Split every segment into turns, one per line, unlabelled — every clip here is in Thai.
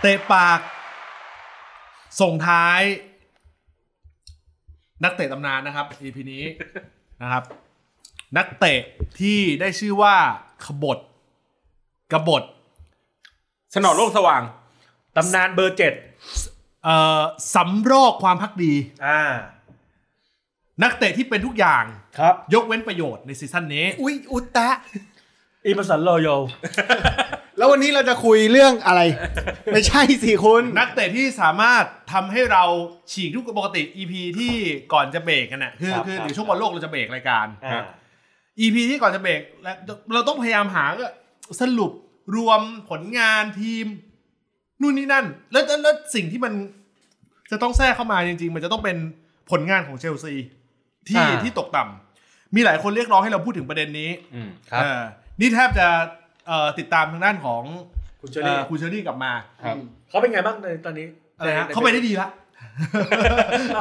เตะปาก ส่งท้าย นักเตะตำนานนะครับ EP นี้นะครับ นักเตะที่ได้ชื่อว่าขบฏกบฏ
สนอโลกสว่าง ตำนานเบอร์เจ็ด
เอ่อสำรอกความพักดี
อ่า
นักเตะที่เป็นทุกอย่าง
ครับ
ยกเว้นประโยชน์ในซีซั่นนี้
อุ๊ยอุตตะ
อีมสันรอยล
แล้ววันนี้เราจะคุยเรื่อง อะไร ไม่ใช่สิคุณ
นักเตะที่สามารถทำให้เราฉีกทุกปกติ EP ที่ก่อนจะเบรกกันน่ะคือ
ครับ
คือ
ค
ห
รับ
รือช่วงบอลโลกเราจะเบรกรายการ
อ่า
EP ที่ก่อนจะเบรกและเราต้องพยายามหาก็สรุปรวมผลงานทีม นู่นนี่นั่น แล้วแล้วแล้วสิ่งที่มันจะต้องแทรกเข้ามาจริง ๆ มันจะต้องเป็นผลงานของเชลซีที่
อ่า
ที่ตกต่ำมีหลายคนเรียกร้องให้เราพูดถึงประเด็นนี้
อืม
เออนี่แทบจะเอ่อติดตามทางด้านของ
คุณเชอรี่
เอ่อคุณเชอรี่กลับมา
ครับ
เขาเป็นไงบ้างในตอนนี้
อะไรฮะ
ในใน
เขาไปได้ดีละ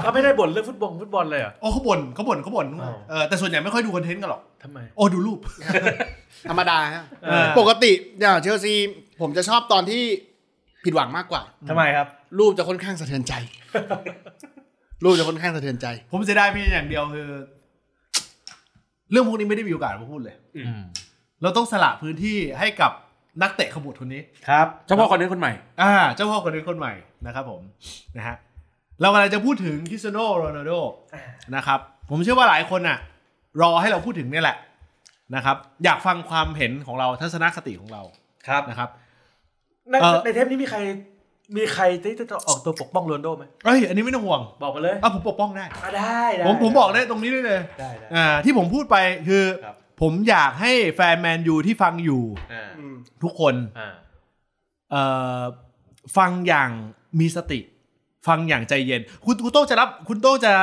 เขาไม่ได้บ่นเรื่องฟุตบอลฟุตบอลเลยเหรอ
โอ้เขาบ่นเขาบ่นเขาบ่น
อ้าว
เออแต่ส่วนใหญ่ไม่ค่อยดูคอนเทนต์กันหรอก
ทำไม
โอ้ดูรูป
ธรรมดาฮะ
เออ
ปกติอย่างเชลซีผมจะชอบตอนที่ผิดหวังมากกว่า
ทำไมครับ
รูปจะค่อนข้างสะเทือน ใจ รูปจะค่อนข้างสะเทือนใจ
ผมเสียดายเพียงอย่างเดียวคือ เรื่องพวกนี้ไม่ได้มีโอกาสมาพูดเลย
อืม
เราต้องสละพื้นที่ให้กับนักเตะขบวนคนนี้
ครับ
เจ้าพ่อคนนี้คนใหม่
อ่า เจ้าพ่อคนนี้คนใหม่นะครับผมนะฮะเรากำลังจะพูดถึงคริสเตียโนโรนัลโดนะครับ ผมเชื่อว่าหลายคนน่ะ รอให้เราพูดถึงเนี่ยแหละนะครับ อยากฟังความเห็นของเราทัศนคติของเรา
ครับ
นะครับ
ใน
เอ่อ
ในเทปนี้มีใคร มีใครที่จะออกตัวปกป้องโรนลโดไหม
เอ้ยอันนี้ไม่ต้องห่วง
บอกมาเลย
อ่ะผมปกป้องได้
อ่ะได้ได้
ผมผมบอกได้ตรงนี้ได้เลย
ได้ได้
อ่าที่ผมพูดไปคือ
ครับ
ผมอยากให้แฟนแมนยูที่ฟังอยู่
อ่า
ทุกคน
อ่า
เอ่อฟังอย่างมีสติ ฟังอย่างใจเย็น คุณคุณโต้งจะรับ คุณโต้งจะ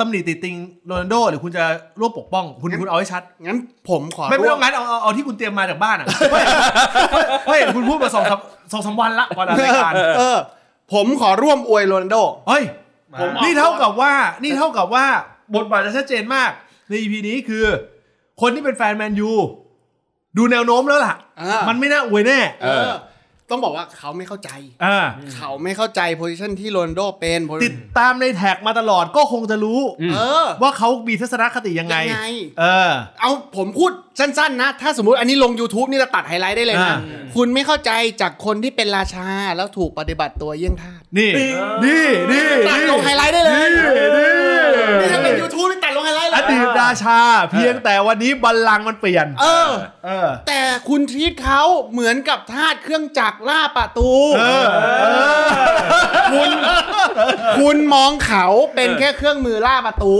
ตำหนิติติงโรนัลโด หรือคุณจะร่วมปกป้อง คุณ
งั้น
คุณเอาให้ชัด
งั้นผมขอ
ไม่ไม่
ร่ว
ต้องงั้นเอาเอาเอาที่คุณเตรียมมาจากบ้านอ่ะ เฮ้ยเฮ้ยคุณพูดมาสองสามสองสามวันละก่อนราย การ
เออ ผมขอร่วมอวยโรนัลโด
เฮ้ย
ผม
ออก
นี่เท่ากับว่านี่เท่ากับว่าบทบาทจะชัดเจนมาก ใน EP นี้คือ คนที่เป็นแฟนแมนยูดูแนวโน้มแล้วล่ะ
อ่า
มันไม่น่าอวยแน่
เออ ต้องบอกว่าเขาไม่เข้าใจ
อ่า
เขาไม่เข้าใจโพซิชันที่โรนัลโดเป็น position
ติดตามในแท็กมาตลอดก็คงจะรู้
อืม
เออ
ว่าเขามีทัศนคติยังไง
ยังไง
เออ
เอาผมพูดสั้นๆนะ ถ้าสมมติอันนี้ลง YouTube นี่จะตัดไฮไลท์ได้เลยนะ
อ่า
คุณไม่เข้าใจจากคนที่เป็นราชาแล้วถูกปฏิบัติตัวเยี่ยงทาส
นี่ นี่นี่
ตัด
นี่
ลงไฮไลท์ได้เลย
นี่
นี่ถ้าเป็น YouTube นี่ตัดลงไฮไลท์เล
อย ดีตราชา เพียงแต่วันนี้บัลลังก์มันเปลี่ยน
เออ
เออ
แต่คุณทีตเขาเหมือนกับทาสเครื่องจักรล่าประตู
เออ
คุณคุณมองเขาเป็นแค่เครื่องมือล่าประตู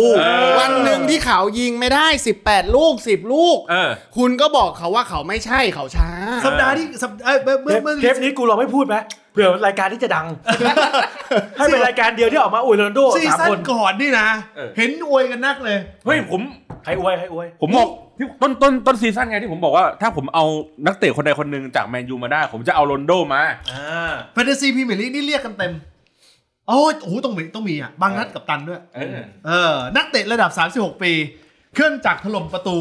วันหนึ่งที่เขายิงไม่ได้ 18 ลูก 10 ลูก
เออ
คุณก็บอกเขาว่าเขาไม่ใช่เขาช้า
สัปดาห์ที่สัปเอ้ยเมื่อ
เท
เมื่อ
ป
เมื่อ
เทปนี้กูลองไม่พูดไหมเผื่อรายการที่จะดัง ให้เป็นรายการเดียวที่ออกมาอวยโรนลโด
ซี
สาม
ซั่น
คน
ก่อนนี่นะ
เออ
เห็นอวยกันนักเลย
เฮ้ยผม
ใครอวยใครอวย
ผมบอกที่ต้นต้นต้นซีซั่นไงที่ผมบอกว่า ถ้าผมเอานักเตะคนใดคนหนึ่งจากแมนยูมาได้ ผมจะเอาโรนโดมา
อ่า
แฟนตาซีพรีเมียร์ลีกนี่เรียกกันเต็ม โอ้ยโอ้โหต้องมีต้องมีอ่ะ บางนัดกับตันด้วย
เออ
เออ นักเตะระดับ 36 ปี เครื่องจักรถล่มประตู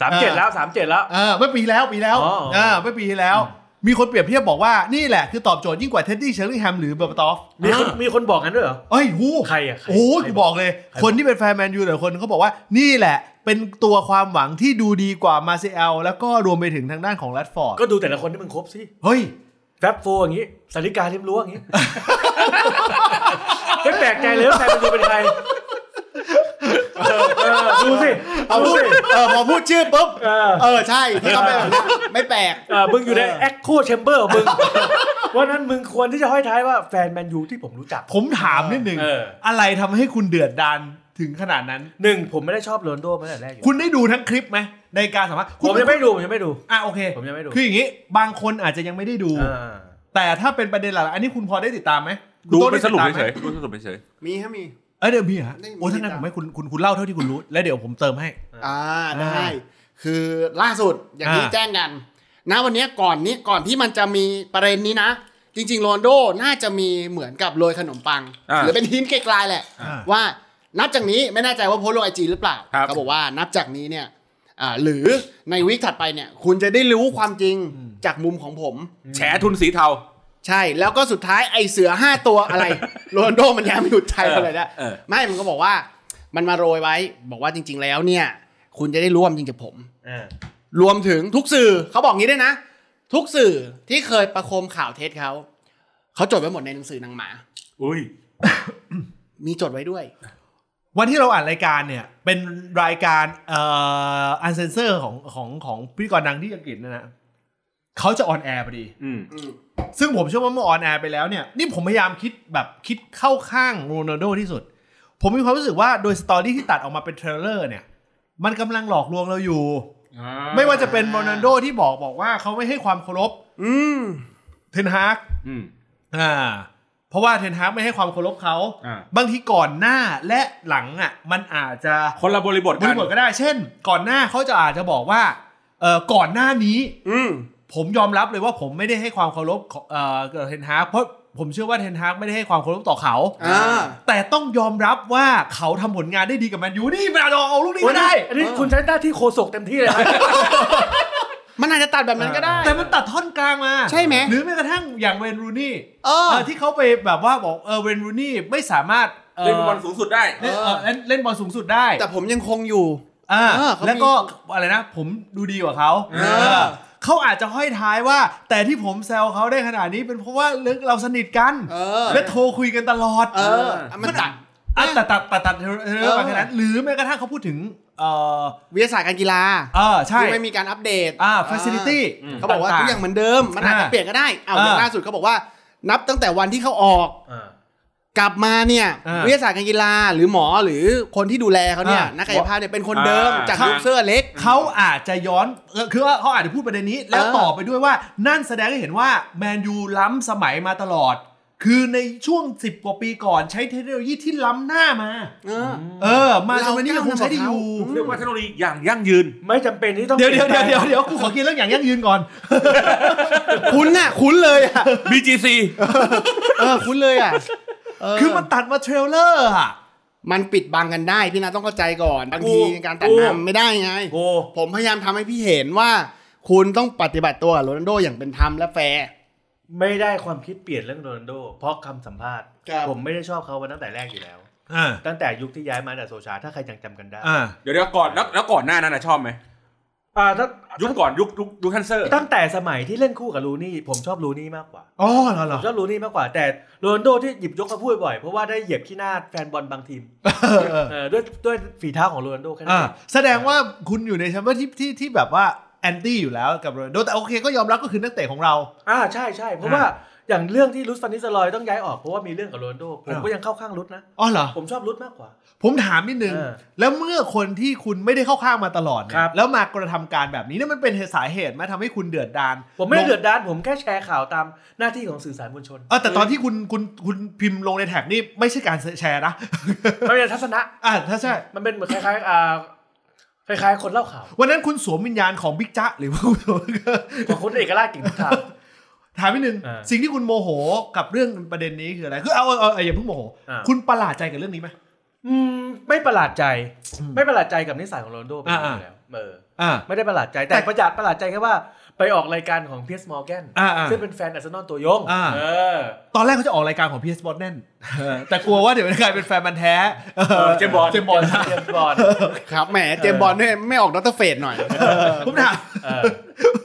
สามเจ็ดแล้วสามเจ็ดแล้ว
เออเมื่อปีแล้วปีแล้ว
อ๋อ
เออเมื่อปีที่แล้ว มีคนเปรียบเทียบบอกว่านี่แหละคือตอบโจทย์ยิ่งกว่าเท็ดดี้เชลลิงแฮมหรือเบอร์บตอฟ
มีคนมีคนบอกงั้นด้วยเหรอ
เอ้ยหู
ใครอะใคร
โอ้ย
ใคร
กู
บอก
บอกเลย
ใครบอ
ค
ก
นที่เป็นแฟนแมนยูหลายคนเขาบอกว่านี่แหละ เป็นตัวความหวังที่ดูดีกว่ามาเซลแล้วก็รวมไปถึงทางด้านของแรดฟอร์ด
ก็ดูแต่ละคนที่มึงครบสิ
เฮ้ย
แฟบโฟอย่างนี้สาริกาเรียมรั้วอย่างนี้ ไม่แปลกใจเลยว่าใครเป็นดูเป็นใครเออเออดูสิ
เอา
ดู
พูด
สิ
เออพอพูดชื่อปุ๊บ
เออ
เออ ใช่ที่เขาเป็นแบบนั้นไม่แปลก
เออมึงอยู่ใน
เออ
แอคโคแชมเบอร์มึงว่าะนั้นมึงควรที่จะห้อยท้ายว่าแฟนแมนยูที่ผมรู้จัก
ผมถามนิดหนึ่ง
เออ
อะไรทำให้คุณเดือดดานถึงขนาดนั้น
หนึ่งผมไม่ได้ชอบโรนลโดมาตั้งแต่แรกอยู่
คุณได้ดูทั้งคลิปไหมในการสัมภาษณ์คุ
ผ
ณ
มยังไม่ดูผมยังไม่ดู
อ่ะโอเค
ผมยังไม่ดู
คืออย่างนี้ บางคนอาจจะยังไม่ได้ดู
อ่า
แต่ถ้าเป็นประเด็นหลักๆอันนี้คุณพอได้ติดตามไหมคุณ
ดู
โต้ง
เป็นสรุป
ด้ติดตามไหม
เฉยๆดูเป็นสรุปเฉย
มีฮะมี
เอ้ยเดี๋ยวพี่ฮะ
ไม่มี
โอ้ยถ้างั้นผ
ติดตาม
มให้คุณคุณคุณเล่าเท่าที่คุณรู้ แล้วเดี๋ยวผมเติมให้
อ่า
อ่า
ได้ คือล่าสุดอย่างที่
อ่า
แจ้งกันนะวันเนี้ยก่อนนี้ก่อนที่มันจะมีประเด็นนี้นะ จริงๆโรนลโดน่าจะมีเหมือนกับโรยขนมปัง
อ่า
หรือเป็นทิ้นไกลๆแหละ
อ่า
ว่านับจากนี้ไม่แน่ใจว่าโพสต์ลงไอจีหรือเปล่า
ครับ
เขาบอกว่านับจากนี้เนี่ยอ่าหรือในวิกถัดไปเนี่ย คุณจะได้รู้ความจริงจากมุมของผม
ๆแฉทุนสีเทา
ใ ใช่แล้วก็สุดท้ายไอเสือห้าตัวอะไรโรนลโดมันยังไม่หยุดใจมันเลยนะ
เออ
ไม่มันก็บอกว่า มันมาโรยไว้ บอกว่าจริง ๆ แล้วเนี่ย คุณจะได้ร่วมจริงกับผม
อ่าร
วมถึงทุกสื่อเขาบอกงี้ด้วยนะ ทุกสื่อที่เคยประโคมข่าวเท็จเขาเขาจดไว้หมดในหนังสือนางหมา
อุ้ย
มีจดไว้ด้วย
วันที่เราอ่านรายการเนี่ย เป็นรายการเอ่ออันเซนเซอร์ของของของพิธีกรดังที่อังกฤษนะนะเขาจะออนแอร์พอดี
อืม
ซึ่งผมเชื่อว่าเมื่อออนแอร์ไปแล้วเนี่ย นี่ผมพยายามคิดแบบคิดเข้าข้างโรนัลโดที่สุด ผมมีความรู้สึกว่าโดยสตอรี่ที่ตัดออกมาเป็นเทรลเลอร์เนี่ย มันกำลังหลอกลวงเราอยู่ ไม่ว่าจะเป็นโรนัลโดที่บอกบอกว่าเขาไม่ให้ความเคารพ
อืม
เทนฮาก
อืม
อ่า เพราะว่าเทนฮากไม่ให้ความเคารพเขา
อ่า
บางทีก่อนหน้าและหลังอ่ะมันอาจจะ
คนละบริบท
บ
กั
ริ
น
บทก็ได้ เช่น ก่อนหน้าเขาจะอาจจะบอกว่าเออก่อนหน้านี้
อืม
ผมยอมรับเลยว่าผมไม่ได้ให้ความเคารพของเอ่อเทนฮากเพราะผมเชื่อว่าเทนฮากไม่ได้ให้ความเคารพต่อเขา
อ่า
แต่ต้องยอมรับว่าเขาทำผลงานได้ดีกับแมนยูนี่มาลองเอาลูกนี้มาได้
อันนี้คุณใช้หน้าที่โคศกเต็มที่เลยนะ
มันอาจจะตัดแบบนั้นก็ได้
แต่มันตัดท่อนกลางมา
ใช่ไหม
หรือแม้กระทั่งอย่างเวย์นรูนี่
เออ
เอ่อที่เขาไปแบบว่าบอกเออเวย์นรูนี่ไม่สามารถเอ่อ
เล่นบอลสูงสุดได้
เล่นเอ่อเล่นเล่นบอลสูงสุดได้
แต่ผมยังคงอยู่
อ่า
เออเขามี
แล้วก็อะไรนะ ผมดูดีกว่าเขา
เออ
เออเขาอาจจะห้อยท้ายว่า แต่ที่ผมแซวเขาได้ขนาดนี้เป็นเพราะว่าเราสนิทกัน
เออ
และโทรคุยกันตลอด
เออ มันตัด
อ่ะแต่ตัดตัดตัดเทอร์เทอ
เอ
ร์
อ
บางขนาดหรือแม้กระทั่งเขาพูดถึง เอ่อ
วิทยาศาสตร์การกีฬา
เออใช่
ที่ไม่มีการอัปเดต
อ่าฟ a ซิลิตี้
อืม
เขาบอกว่าทุกอย่างเหมือนเดิม มันอาจจะ
อ่า
เปลี่ยนก็ได้เอาอย่าง
อ่า
ล่าสุดเขาบอกว่า นับตั้งแต่วันที่เขาออก กลับมาเนี่ย
อ่า
วิทยาศาสตร์การกีฬาหรือหมอหรือคนที่ดูแลเขาเนี่ย
อ่านั
นักกายภาพเนี่ยเป็นคนเดิม
อ่า
จากลูกเสื้อเล็ก
เขาอาจจะย้อนเออคือว่าเขาอาจจะพูดประเด็นนี้ แล้ว
เออ
ต่อไปด้วยว่านั่นแสดงให้เห็นว่า แมนยูล้ำสมัยมาตลอด คือในช่วง 10 กว่าปีก่อนใช้เทคโนโลยีที่ล้ำหน้ามา
เออ
เออ มาจนวันนี้ยังคงใช้ได้อยู่
เรียกว่าเทคโนโลยีอย่างยั่งยืน
ไม่จำเป็นที่ต้อง
เดี๋ยวเดี๋ยวเดี๋ยวเดี๋ยวเดี๋ยวกูขอกินเรื่องอย่างยั่งยืนก่อน
คุ้นน่ะคุ้นเลย อ่ะ
BGC
เออคุ้นเลยอ่ะเ
คือมันตัดมาเทรลเลอร์อะ
มันปิดบังกันได้พี่นะต้องเข้าใจก่อนบางทีการตัดน้ำไม่ได้ไง
โอ้
ผมพยายามทำให้พี่เห็นว่า คุณต้องปฏิบัติตัวกับโรนัลโดอย่างเป็นธรรมและแฟร์
ไม่ได้ความคิดเปลี่ยนเรื่องโรนัลโด เพราะคำสัมภาษณ์
ครับ
ผมไม่ได้ชอบเขามาตั้งแต่แรกอยู่แล้ว
อ่า
ตั้งแต่ยุคที่ย้ายมาจากโซชาถ้าใครยังจำกันได้
อ่า
เดี๋ยวเดี๋ยวก่อนแล้วแล้วก่อนหน้านั้นนะชอบไหม
อ่าถ้า
ยุคก่อนยุคยุคยุคทันเซอร์
ตั้งแต่สมัยที่เล่นคู่กับลูนี่ผมชอบลูนี่มากกว่า
อ๋อเหรอเหร
ผ
อ
มชอบลูนี่มากกว่าแต่โรนลโดที่หยิบยกมาพูดบ่อยเพราะว่าได้เหยียบขี้หน้าแฟนบอลบางทีมเออด้วยด้วยฝีเท้าของโรนลโดแค่นั้น
อ่า
เอง
แสดงว่าคุณอยู่ในแชมเปี้ยนที่ที่ที่แบบว่าแอนตี้อยู่แล้วกับโรนัลโดแต่โอเคก็ยอมรับก็คือนักเตะของเรา
อ่าใช่ใช่เพราะว่าอย่างเรื่องที่ลุสฟันนิสเตอร์รอยต้องย้ายออกเพราะว่ามีเรื่องกับโรนลโดผม
อ่า
ก็ยังเข้าข้างลุสนะ
อ๋อเหรอ
ผมชอบลุสมากกว่า
ผมถามนิดนึง
เออ
แล้วเมื่อคนที่คุณไม่ได้เข้าข้างมาตลอดเนี่
ครั
ย
บ
แล้วมากระทำการแบบนี้เนี่ยมันเป็นสาเหตุไหมทำให้คุณเดือดดาน
ผมไม่ได้เดือ
ล
ดด้านผมแค่แชร์ข่าวตามหน้าที่ของสื่อสารมวลชน
งเออแต่ตอนที่คุณคุณคุณพิมพ์ลงในแท็กนี่ไม่ใช่การแชร์นะ
มันเป็นทัศนะ
อ่าถ้าใช่
มันเป็นเหมือนคล้ายๆอ่าคล้ายๆ คนเล่าข่าว
วันนั้นคุณสวมวิญญาณของบิ๊กจ๊ะหรือ ว่า
ของคุณเอกราชกิ่งพิธา
ถามนิดนึง
อ่า
สิ่งที่คุณโมโหกับเรื่องประเด็นนี้คืออะไรคือเอาเอาเอาอย่าเพิ่งโมโห
อ่า
คุณประหลาดใจกับเรื่องนี้ไหม
อืมไม่ประหลาดใจ
อืม
ไม่ประหลาดใจกับนิสัยของโรนลโดเป็นอย่างนี้
อ่า
อยู่แล้วเออ
อ่า
ไม่ได้ประหลาดใจแต่
แต่
ประหยัดประหลาดใจแค่ว่าไปออกรายการของเพียสมอร์แกน
อ่าๆ
ซึ่งเป็นแฟนอาร์เซนอลตัวยง
อ่า
เออ
ตอนแรกเขาจะออกรายการของ PS b o t แน่นแต่กลัวว่าเดี๋ยวจะกลายเป็นแฟนมันธุ์แท้
เจมส์บอนด์
เจมส์บอล
เจมส์บอล
ครับแหมเจมส์บอลเนี่ยไม่ออกดอตเตอร์เฟดหน่อย
ผมถาม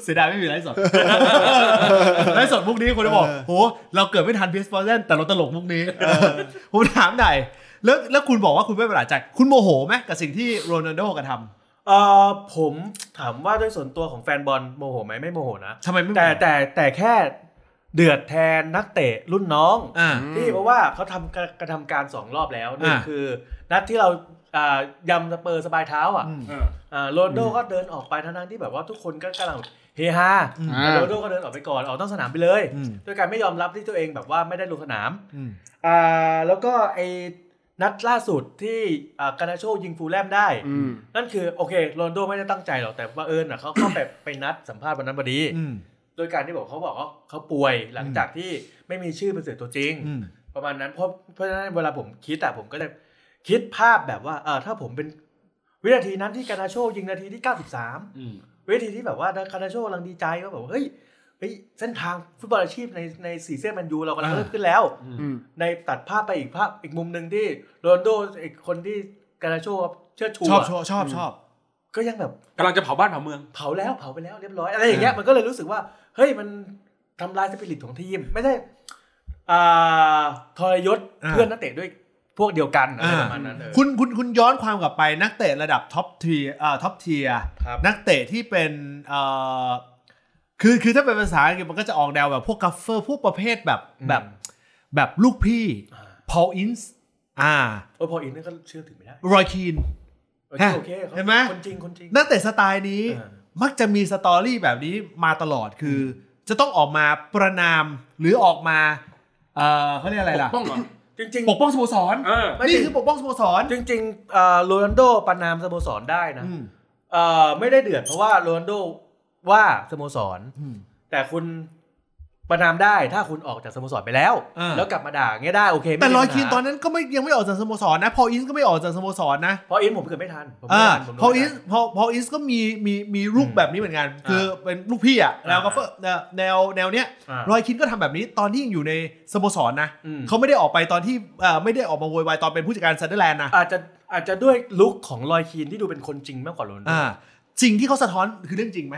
เสียดายไม่มีไลฟ์สดไลฟ์สดพวกนี้คนจะบอกโหเราเกิดไม่ทัน PS b o t แน่นแต่เราตลกพวกนี้ผมถามหน่อยแล้วแล้วคุณบอกว่าคุณไม่ประหลาดใจ คุณโมโหไหมกับสิ่งที่โรนัลโดกระท
เออผมถามว่าโดยส่วนตัวของแฟนบอลโมโหไหมไม่โมโหนะ
ำทำไมไม่
แต่แต่แต่แค่เดือดแทนนักเตะรุ่นน้อง
อ่า
ที่เพราะว่าเขาทำกระกระทำการสองรอบแล้วหนึ่ง
อ่า
คือ นัดที่เราอ่ายำสเปอร์สบายเท้าอ่ะ
อืม
เออ
อ่าโรนลโดก็เดินออกไปทั้งๆที่แบบว่าทุกคนก็กำลังเฮฮา
อืม
อ่า
โรนัลโดก็เดินออกไปก่อน ออกต้องสนามไปเลย
อืม
โดยการไม่ยอมรับที่ตัวเองแบบว่าไม่ได้ลงสนาม
อืม
อ่า แล้วก็ไอ้นัดล่าสุดที่อ่าการาโชยิงฟูลแลมได้
อืม
นั่นคือโอเคโรนลโดไม่ได้ตั้งใจหรอก แต่ว่าเอิญอ่ะเขาเข้าไป ไปนัดสัมภาษณ์วันนั้นพอดี
อืม
โดยการที่บอกเขาบอกว่าเขาป่วยหลังจากที่ไม่มีชื่อเป็นเสือตัวจริง
อืม
ประมาณนั้นเพราะเพราะฉะนั้นเวลาผมคิดอะผมก็จะคิดภาพแบบว่าเออถ้าผมเป็นวินาทีนั้นที่การาโชยิงนาทีที่ 93
อืม
เวทีที่แบบว่าคานาโชกำลังดีใจว่าแบบเฮ้ย เฮ้ยเส้นทางฟุตบอลอาชีพในในสีเสื้อแมนยูเรากำลังเริ่มขึ้นแล้ว
อืม
ในตัดภาพไปอีกภาพอีกมุมหนึ่งที่โรนลโดไอีกคนที่การาโชครับเชิดชู
ชอบ
อะ
ชอบชอบชอบ
ก็ยังแบบ
กำลังจะเผาบ้านเผาเมือง
เผาแล้วเผาไปแล้วเรียบร้อยอะไรอย่างเงี้ยมันก็เลยรู้สึกว่าเฮ้ยมันทำลายสปิริตของทีมไม่ได้อ่าทรยศ
อ่า
เพื่อนนักเตะด้วยพวกเดียวกันอะไรประมาณนั้นเออ
คุณคุณคุณย้อนความกลับไปนักเตะระดับท็อปทีอ่าท็อปเทีย
ครับ
นักเตะที่เป็นเอ่อคือคือถ้าเป็นภาษาอังกฤษมันก็จะออกแนวแบบพวกกัฟเฟอร์พวกประเภทแบบแบบแบบลูกพี่พอลอินส์อ่า
โอ้ยพออินนี่ก็เชื่อถือไม่ได้
รอยคีน
โอเค
ฮะ
โอเคขา
เห็นไหม
คนจริงคนจริง
นักเตะสไตล์นี้
อ่า
มักจะมีสตอรี่แบบนี้มาตลอดคือ จะต้องออกมาประนามหรือออกมาเอ่อเขาเรียกอะไรล่ะ
ป้องเหรอ
จริง
ปกป้องสโมสร
เออ
ไม่
นี่
ถึง
คือปกป้องสโมสร
จริงจริงๆอ่าโรนัลโดประนามสโมสรได้นะ
อืม
เอ่อไม่ได้เดือดเพราะว่าโรนัลโดว่าสโมสร
อืม
แต่คุณประนามได้ถ้าคุณออกจากสโมสรไปแล้ว
อ่า
แล้วกลับมาด่าเงี้ยได้โอเคไม่
แต่
มี
รอยคีน
ปัญหา
ตอนนั้นก็ไม่ยังไม่ออกจากสโมสรนะพออินส์ก็ไม่ออกจากสโมสรนะ
เพราะอินผมเกิดไม่ทันผม
อ่า
ไม่ทันผม
พอ
รู้ไม่
อิน
ทัน
ส์พอพออินส์ก็มีมีมีลูก
อืม
แบบนี้เหมือนกัน คือเป็นลูกพี่อะแนว
อ่า
ก็เฟอร์แนวแนวแนวเนี้ย
อ่าร
อยคินก็ทำแบบนี้ตอนที่ยังอยู่ในสโมสรนะ
อืม
เขาไม่ได้ออกไปตอนที่เอ่อไม่ได้ออกมาโวยวายตอนเป็นผู้จัดการซันเดอร์แลนด์นะ
อาจจะอาจจะด้วยลุคของรอยคีนที่ดูเป็นคนจริงมากกว่าโรนัลโด
อ่าสิ่งที่เขาสะท้อนคือเรื่องจริงไหม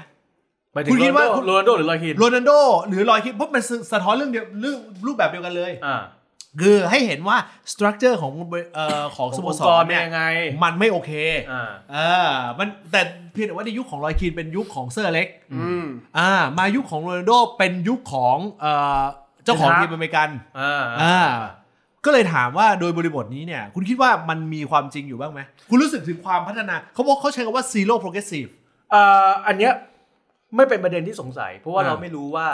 หมายถึง
คุณคิดว่า
โรนัลโด
คุณ
โรนัลโดหรือรอยคีน
โรนัลโดหรือรอยคิดเพราะมันสะท้อนเรื่องเดียวเรื่องรูปแบบเดียวกันเลย
อ่า
คือให้เห็นว่าสตรัคเจอร์ของเอ่อของสโม
องค์
ส
ก
ร
เป็
เนี่
น
ย
ยังไง
มันไม่โอเค
อ่า
เออมันแต่เพียงแต่ว่าในยุคของรอยคีนเป็นยุคของเซอร์อเล็กซ์
อืม
อ่า มายุคของโรนัลโดเป็นยุคของเอ่อเจ้าของ
เป็นฮะ
ทีมอเมริกัน
อ่า
อ่า ก็เลยถามว่าโดยบริบทนี้เนี่ย คุณคิดว่ามันมีความจริงอยู่บ้างไหม คุณรู้สึกถึงความพัฒนา เขาบอกเขาใช้คำว่า zero progressive
อ่าอันเนี้ยไม่เป็นประเด็นที่สงสัย เพราะว่า
อ่า
เราไม่รู้ว่า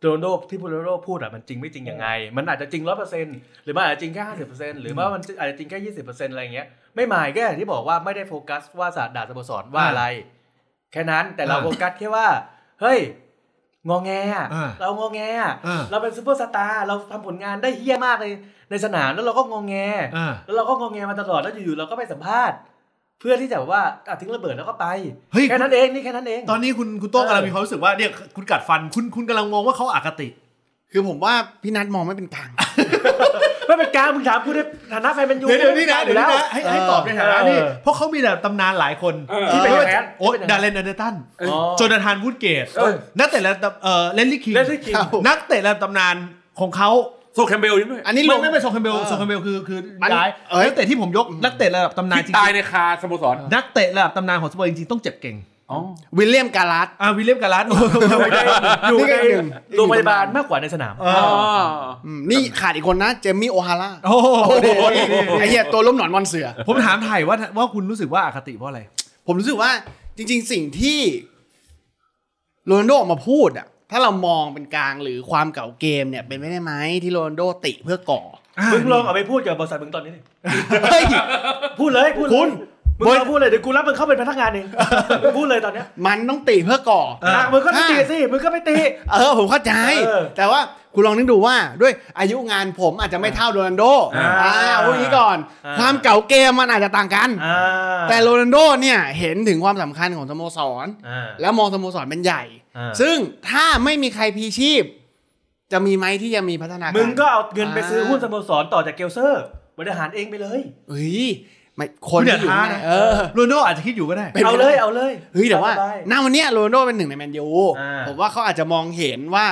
โรนัลโดที่โรนัลโดพูดอ่ะมันจริงไม่จริงยังไง มันอาจจะจริงร้อยเปอร์เซ็นต์หรือมันอาจจะจริงแค่ห้าสิบเปอร์เซ็นต์หรือว่ามันอาจจะจริงแค่ยี่สิบเปอร์เซ็นต์อะไรอย่างเงี้ยไม่หมายก็อย่างที่บอกว่าไม่ได้โฟกัสว่าศาสตร์ด่าสโมสรว่าอะไร แค่นั้นแต่เราโฟกัสแค่ว่า เฮ้ยงอแงอะ
อ่า
เรางอแงอะ
อ่า
เราเป็นซูเปอร์สตาร์เราทำผลงานได้เฮี้ยมากเลยในสนามแล้วเราก็งอแง
อ่า
แล้วเราก็งอแงมาตลอดแล้วอยู่ๆเราก็ไปสัมภาษณ์ เพื่อที่จะแบบว่าอ่ะทิ้งระเบิดแล้วก็ไป
เฮ้ย
แค่นั้นเองนี่แค่นั้นเอง
ตอนนี้คุณคุณโต้ง
เออ
กำลังมีความรู้สึกว่าเนี่ยคุณกัดฟันคุณคุณกำลังมองว่าเขาอคติ
คือผมว่าพี่นัทมองไม่เป็นกลาง
ไม่เป็นกลารมึงถามกูในฐานะแฟนแมนยู
เดี๋ยวเดี๋ยวนี้นะ
อ
เดี๋ยวนี้
แล้
นะให้ให้ตอบในฐานะนี่
เออ
เพราะเขามีแต่ตำนานหลายคน
เออ
ที่เป็น
เออ
แฟนโอ้
ที่เป็น
ดาเลนอันเดอร์ตัน
อ๋อ
โจนาธานวูดเกต
เออ
นักเตะระดับเอ่อเลนลี่คิง
เล่นที่คิง
ครับ
นักเตะระดับตำนานของเขา
โซแคมเบลยังด้วย
อันนี้ล
ไม่
ง
ไม่เป็นโซงเคมเบล
เออ
โซงเคมเบลคือคือ
มัน
ย้าย
เอ้ย
นักเตะที่ผมยกนักเตะระดับตำนานจริ
ที่
ง
ตายในคาสโมสร
ๆนักเตะระดับตำนานของสเปอร์จริงๆต้องเจ็บเก่ง
อ๋อ
วิลเลียมการัส
อ่าวิลเลียมกาลัส
อยู่
นี่ก็
ใน
อีกหนึ่ง
โรงพยาบาลมากกว่าในสนาม
เออ
อืมนี่ขาดอีกคนนะ เจมี่โอฮาร่า
โอ้โห
ไอ้เหี้ยตัวล้มหนอนนอนเสือ
ผมถามไถ่ว่าว่าคุณรู้สึกว่าอคติเพราะอะไร
ผมรู้สึกว่าจริง ๆ สิ่งที่โรนัลโดออกมาพูดอะถ้าเรามองเป็นกลางหรือความเก่าเกมเนี่ยเป็นไม่ได้ไหมที่โรนัลโดติเพื่อก่อ
มึงลองเอาไปพูดกับบริษัทมึงตอนนี้ดิ
เฮ้ย
พูดเลยพูดเลย
คุณ
มึงลองพูดเลยเดี๋ยวกูรับมึงเข้าเป็นพนักงานเองมึงพูดเลยตอนเนี้ย
มันต้องติเพื่อก่อ
เออ
นะมึงก็ไม่ตีสิมึงก็ไม่ตี
เออผมเข้าใจ
เออ
แต่ว่าคุณลองนึกดูว่าด้วยอายุงานผมอาจจะไม่เท่าโรนัลโด
อ่า
อ่าเอาอย่างนี้ก่อน
อ่า
ความเก่าเกมมันอาจจะต่างกัน
อ่า
แต่โรนัลโดเนี่ยเห็นถึงความสำคัญของสโมสร
อ่า
แล้วมองสโมสรเป็นใหญ่
อ่า
ซึ่งถ้าไม่มีใครพีชีพ จะมีไหมที่จะมีพัฒนาการ
มึงก็เอาเงินไปซื้อ
อ่า
หุ้นสโมสรต่อจากเกลเซอร์บริหารเองไปเลย
เฮ้ยไม่คนที่อยู่
คุณอย่าท้า
ใน
นะ
เออ
โรนัลโดอาจจะคิดอยู่ก็ได้
เป็นไป
เอา
ได้
เลยเอาเลย
เฮ้ยแต่ว่า
สบย
หน้าวันเนี้ยโรนัลโดเป็นหนึ่งในแมนยู
อ่า
ผมว่าเขาอาจจะมองเห็นว่า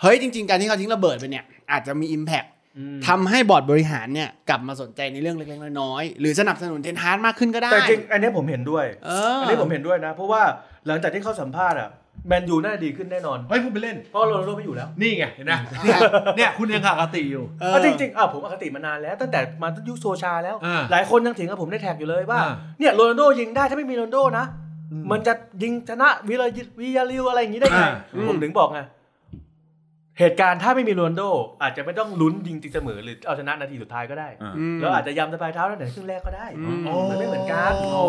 เฮ้ยจริง ๆ การที่เขาทิ้งระเบิดไปเนี่ย อาจจะมี Impact
อืม
ทำให้บอร์ดบริหารเนี่ยกลับมาสนใจในเรื่องเล็กๆน้อยๆหรือสนับสนุนเทนฮาร์ดมากขึ้นก็ได้
แต่จริงอันนี้ผมเห็นด้วย
เออ
อั
อั
นนี้ผมเห็นด้วยนะ เพราะว่าหลังจากที่เขาสัมภาษณ์อ่ะแมนยูน่าจะดีขึ้นแน่นอน
เฮ้ยพูดไปเล่น
เพราะโรนัลโดไม่อยู่แล้ว
นี่ไงเห็นไหมเนี่ยเนี่ยคุณยังขาดอคติอยู่
เออ
เอาจริงๆอ่ะผมอคติมานานแล้ว ตั้งแต่มาตั้งยุคโซชาแล้ว
อ่า
หลายคนยังถึงกับผมได้แท็กอยู่เลยว่า
อ่า
เนี่ยโรนัลโดยิงได้ถ้าไม่มีโรนัลโดนะ มันจะยิงชนะวิลาวิยาลิวอะไรอย่างนี้ได้ไง
อ่า
ผมถึงบอกไงเหตุการณ์ถ้าไม่มีโรนัลโด อาจจะไม่ต้องลุ้นยิงตีเสมอหรือเอาชนะนาทีสุดท้ายก็ได้
อืม
แล้วอาจจะยำสะพายเท้าตั้งแต่ครึ่งแรกก็ได้
อืม
มันไม่เหมือนกัน
โอ้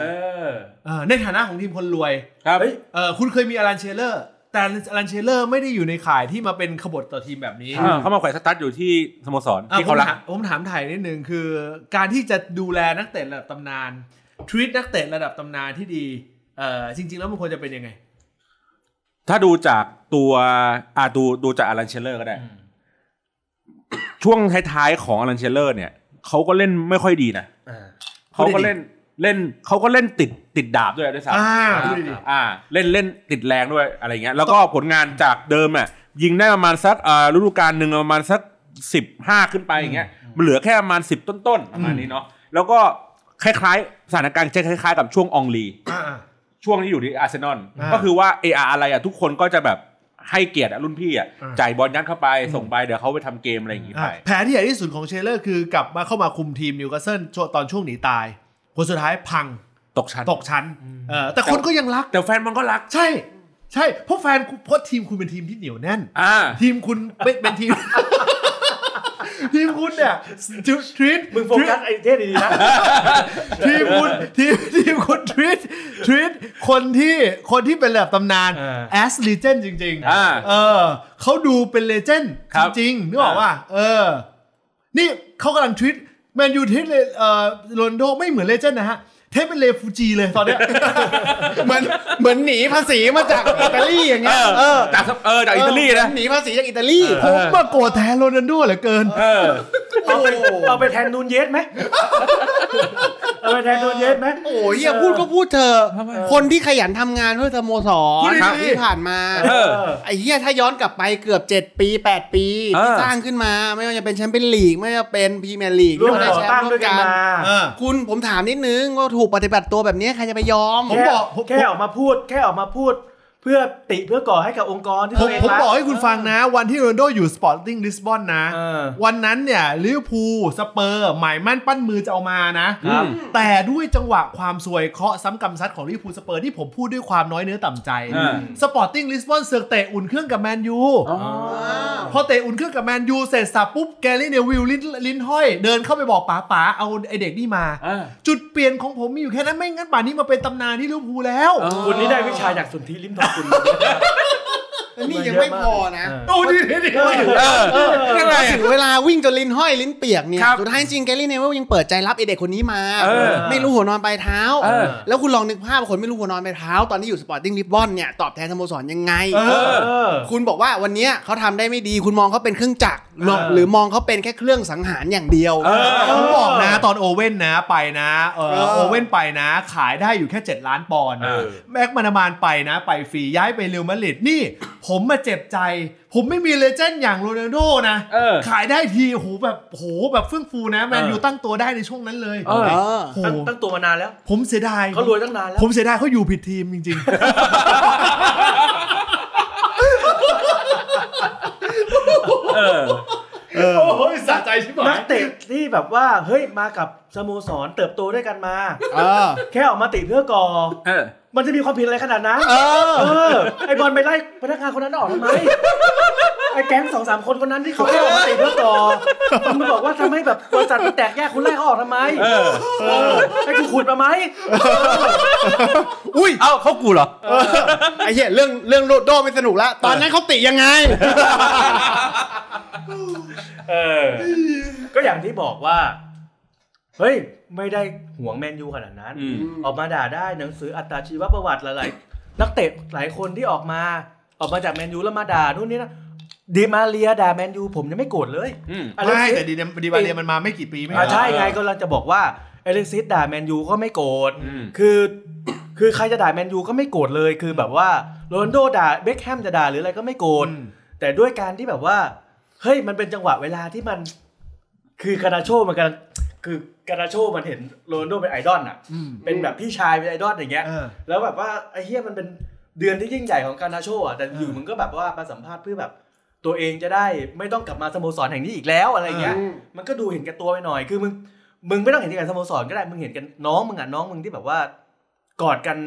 เออ
เออในฐานะของทีมคนรวย
ครับ
เฮ้ย
เออคุณเคยมีอารันเชลเลอร์ แต่อารันเชลเลอร์ไม่ได้อยู่ในข่ายที่มาเป็นขบฏต่อทีมแบบนี้
อ่าเขามาแขวนสตั๊ดอยู่ที่สโมสร
อ่ะ
ที่
ผ
เขา
ม
รัก
ถามผมถามไถ่ายนิดนึงคือ การที่จะดูแลนักเตะระดับตำนานทวีตนักเตะระดับตำนานที่ดีเออจริง ๆ แล้วมันควรจะเป็นยังไง
ถ้าดูจาก ตัวอ่าดูดูจากอารันเชลเลอร์ก็ได้
อืม
ช่วงท้ายๆของอารันเชลเลอร์เนี่ยเขาก็เล่นไม่ค่อยดีนะ
อ่า
เขาก็เล่นเล่นเขาก็เล่นติดติดดาบด้วยด้วยซ้ำ
อ่า
ครั
ดู
บ
ดิดิ
อ่าเล่นเล่นติดแรงด้วยอะไรเงี้ยแล้วก็ผลงานจากเดิมอ่ะยิงได้ประมาณสักอ่าฤดูกาลหนึ่งประมาณสักสิบห้าขึ้นไปอย่างเงี้ยมันเหลือแค่ประมาณสิบต้นๆประมาณนี้เนาะแล้วก็คล้ายๆสถานการณ์จะคล้ายๆกับช่วงอองลี
อ่าอ่า
ช่วงที่อยู่ที่อาร์เซนอล
อ่า
ก็คือว่าเออาอะไรอ่ะทุกคนก็จะแบบให้เกียรติอะรุ่นพี่อ่ะ
อ่า
จ่ายบอลยัดเข้าไปส่งไปเดี๋ยวเขาไปทำเกมอะไรอย่างงี้
อ่า
ไป
แผนที่ใหญ่ที่สุดของเชลเลอร์คือกลับมาเข้ามาคุมทีมนิวคาสเซิลช่วงตอนช่วงหนีตายผลสุดท้ายพัง
ตกชั้น
ตกชั้นเออแต่คนก็ยังรัก
แต่แฟนมันก็รัก
ใช่ ใช่เพราะแฟนคุณเพราะทีมคุณเป็นทีมที่เหนียวแน่น
อ่า
ทีมคุณเป็นเป็นทีม ทีมคุณเนี่ยทีมทรีต
มึงโฟกัสไอ้เทศดีๆนะ
ทีมคุณทีมทีมคุณทรี ตทรีตคนที่คนที่เป็นแบบตำนาน
เออ
แอสเลเจนจริง ๆ
อ่า
เออเขาดูเป็นเลเจนด์
ครับ
จริงๆนึกออกว่าเออ นี่เขากำลังทวิตแมนยูทวิตเลยเอ่อโรนลโดไม่เหมือนเลเจนด์นะฮะ เทปเป็นเลฟูจีเลยตอนเนี้ย
เหมือนเหมือนหนีภาษีมาจากอิตาลีอย่างเงี้ยเอ
เออ
อ
จากเออจากอิตาลีนะ
เหมือหนีภาษีจากอิตาลี
ผมมาโกรธแทนโรนัลโดเหลือเกิน
เออ
เอาไปเอาไปแทนนูนเยสไหมเอาไปแทนนูนเยสไหม
โอ้ยอย่าพูดก็พูดเธอะ
ทำไม
คนที่ขยันทำงานเพื่อสโมส
พู
ร
ดดีๆ
ที่ผ่านมา
เออ
ไอ้เหี้ยถ้าย้อนกลับไปเกือบ 7 ปี 8 ปี
เออ
ที่สร้างขึ้นมาไม่ว่าจะเป็นแชมเปี้ยนลีกไม่ว่าจะเป็นพรีเมียร์ลีก
ร่วม
ไม่
ก่อ
ว่าจะ
ตั้งด้วยกันมา
เออ
คุณผมถามนิดนึงว่าถูกปฏิบัติตัวแบบนี้ใครจะไปยอม
ผมบอกผม
แค่แค่ออกมาพูด แค่ออกมาพูด เพื่อติเพื่อก่อให้กับองค์กรที่
ผม
ตัวเอง
ผม
รั
บอกให้คุณฟังนะ วันที่โรนัลโดอยู่สปอร์ติ้งลิสบอนนะ
เออ
วันนั้นเนี่ยลิเวอร์พูลสเปอร์หมายมั่นปั้นมือจะเอามานะ
ครับ
แต่ด้วยจังหวะความซวยเคราะห์ซ้ำกำซัดของลิเวอร์พูลสเปอร์ที่ผมพูดด้วยความน้อยเนื้อต่ำใจ
เออ
สปอร์ติ้งลิสบอนเสือกเตะอุ่นเครื่องกับแมนยู
อ๋อ
พอเตะอุ่นเครื่องกับแมนยูเสร็จสับปุ๊บแกรี่เนวิลลิ้นลิ้นห้อย เดินเข้าไปบอกป๋าป๋าเอาไอเด็กนี่มา
อ่า
จุดเปลี่ยนของผมมีอยู่แค่นั้นไม่งั้นป่านนี้มาเป็นตำนานที่ลิเวอร์พูลแล้ว
อ๋อ
คุณนี่ได้วิชาจากสุนทรีลิ้มทองคุณ
นี่ยังไม่พอนะ
โอ้ดีดีดี
เออยังไง
ถึงเวลาวิ่งจนลิ้นห้อยลิ้นเปียกเนี่ย
ครับ
สุดท้ายจริงแกลลี่เนเวลยังเปิดใจรับไอเด็กคนนี้มา
เออ
ไม่รู้หัวนอนปลายเท้า
เออ
แล้วคุณลองนึกภาพคนไม่รู้หัวนอนปลายเท้า ตอนที่อยู่สปอร์ติ้งลิบบอนเนี่ย ตอบแทนสโมสรยังไง
เอ
เอ
อ
อ
เออ
คุณบอกว่าวันเนี้ยเขาทำได้ไม่ดี คุณมองเขาเป็นเครื่องจักรหรอก
เออ
หรือมองเขาเป็นแค่เครื่องสังหารอย่างเดียว
เออ
ผมบอกนะตอนโอเว่นนะไปนะเออ
เออ
โอเว่นไปนะ ขายได้อยู่แค่ 7 ล้านปอนด์
เออ
แม็กมานามานไปนะ ไปฟรีย้ายไปเรอัลมาดริดนี่ ผมมาเจ็บใจ ผมไม่มีเลเจนด์อย่างโรนัลโดนะ
เออ
ขายได้ทีโหแบบโหแบบเฟื่องฟูนะแมนยู
เออ
ตั้งตัวได้ในช่วงนั้นเลย
เออ
เออ
โห
ตั้งตั้งตัวมานานแล้ว
ผมเสียดาย
เขารวยตั้งนานแล้ว
ผมเสียดายเขาอยู่ผิดทีมจริง
เอ
ๆ
อ
โอ้ยสะใจใช่ไหม
นักเตะที่แบบว่า เฮ้ย มากับสโมสรเติบโตด้วยกันมา
เออ
แค่ออกมาติเพื่อก่อ
เออ
มันจะมีความผิดอะไรขนาดนั้น
เออ
เออ ไอบอลไปไล่พนักงานคนนั้นออกทำไม ไอแก๊งสองสามคนคนนั้นที่เขาแค่ออกมาติดเพื่อก่อคุณมาบอกว่าทำให้แบบบริษัทมันแตกแยกคุณไล่เขาออกทำไม
เออ
เออไอกูขุดมาไหม
อุ้ย
เอ้าเขากูเหรอ
ไอ้เหี้ยเรื่องเรื่องโรดโดไม่สนุกละตอนนั้นเขาติยังไง
เออ ก็อย่างที่บอกว่า เฮ้ย ไม่ได้ห่วงแมนยูขนาดนั้น
อืม
ออกมาด่าได้หนังสืออัตราชีวประวัติหลายๆ นักเตะหลายคนที่ออกมา ออกมาจากแมนยูแล้วมาด่านู่นนี่นะดีมาเรียด่าแมนยูผมยังไม่โกรธเลย
อืม
อเล็ก
ไม่
ซิส
แต่ดีเดมดีบาเรียมันมาไม่กี่ปีไม่
อ่ะ
นาน
ใช่ไงก็เราจะบอกว่าเอเล็กซิสด่าแมนยูก็ไม่โกรธ
อืม
คือ คือใครจะด่าแมนยูก็ไม่โกรธเลยคือแบบว่าโรนลโดด่าเบคแฮมจะด่าหรืออะไรก็ไม่โกรธ
อืม
แต่ด้วยการที่แบบว่า เฮ้ยมันเป็นจังหวะเวลาที่มัน คือการาโชมันกันคือการาโชมันเห็นโรนลโดเป็นไอดอลอ่ะ
อืม
เป็นแบบพี่ชายเป็นไอดอลอย่างเงี้ย
เออ
แล้วแบบว่าไอ้เฮียมันเป็นเดือนที่ยิ่งใหญ่ของการาโชอ่ะแต่อยู่
เออ
มึงก็แบบว่ามาสัมภาษณ์เพื่อแบบ ตัวเองจะได้ไม่ต้องกลับมาสโมสรแห่งนี้อีกแล้วอะไรเงี้ย
เออ
มันก็ดูเห็นแก่ตัวไปหน่อยคือมึงมึงไม่ต้องเห็นแก่สโมสรก็ได้มึงเห็นกันน้องมึงอ่ะน้องมึงที่แบบว่ากอดกัน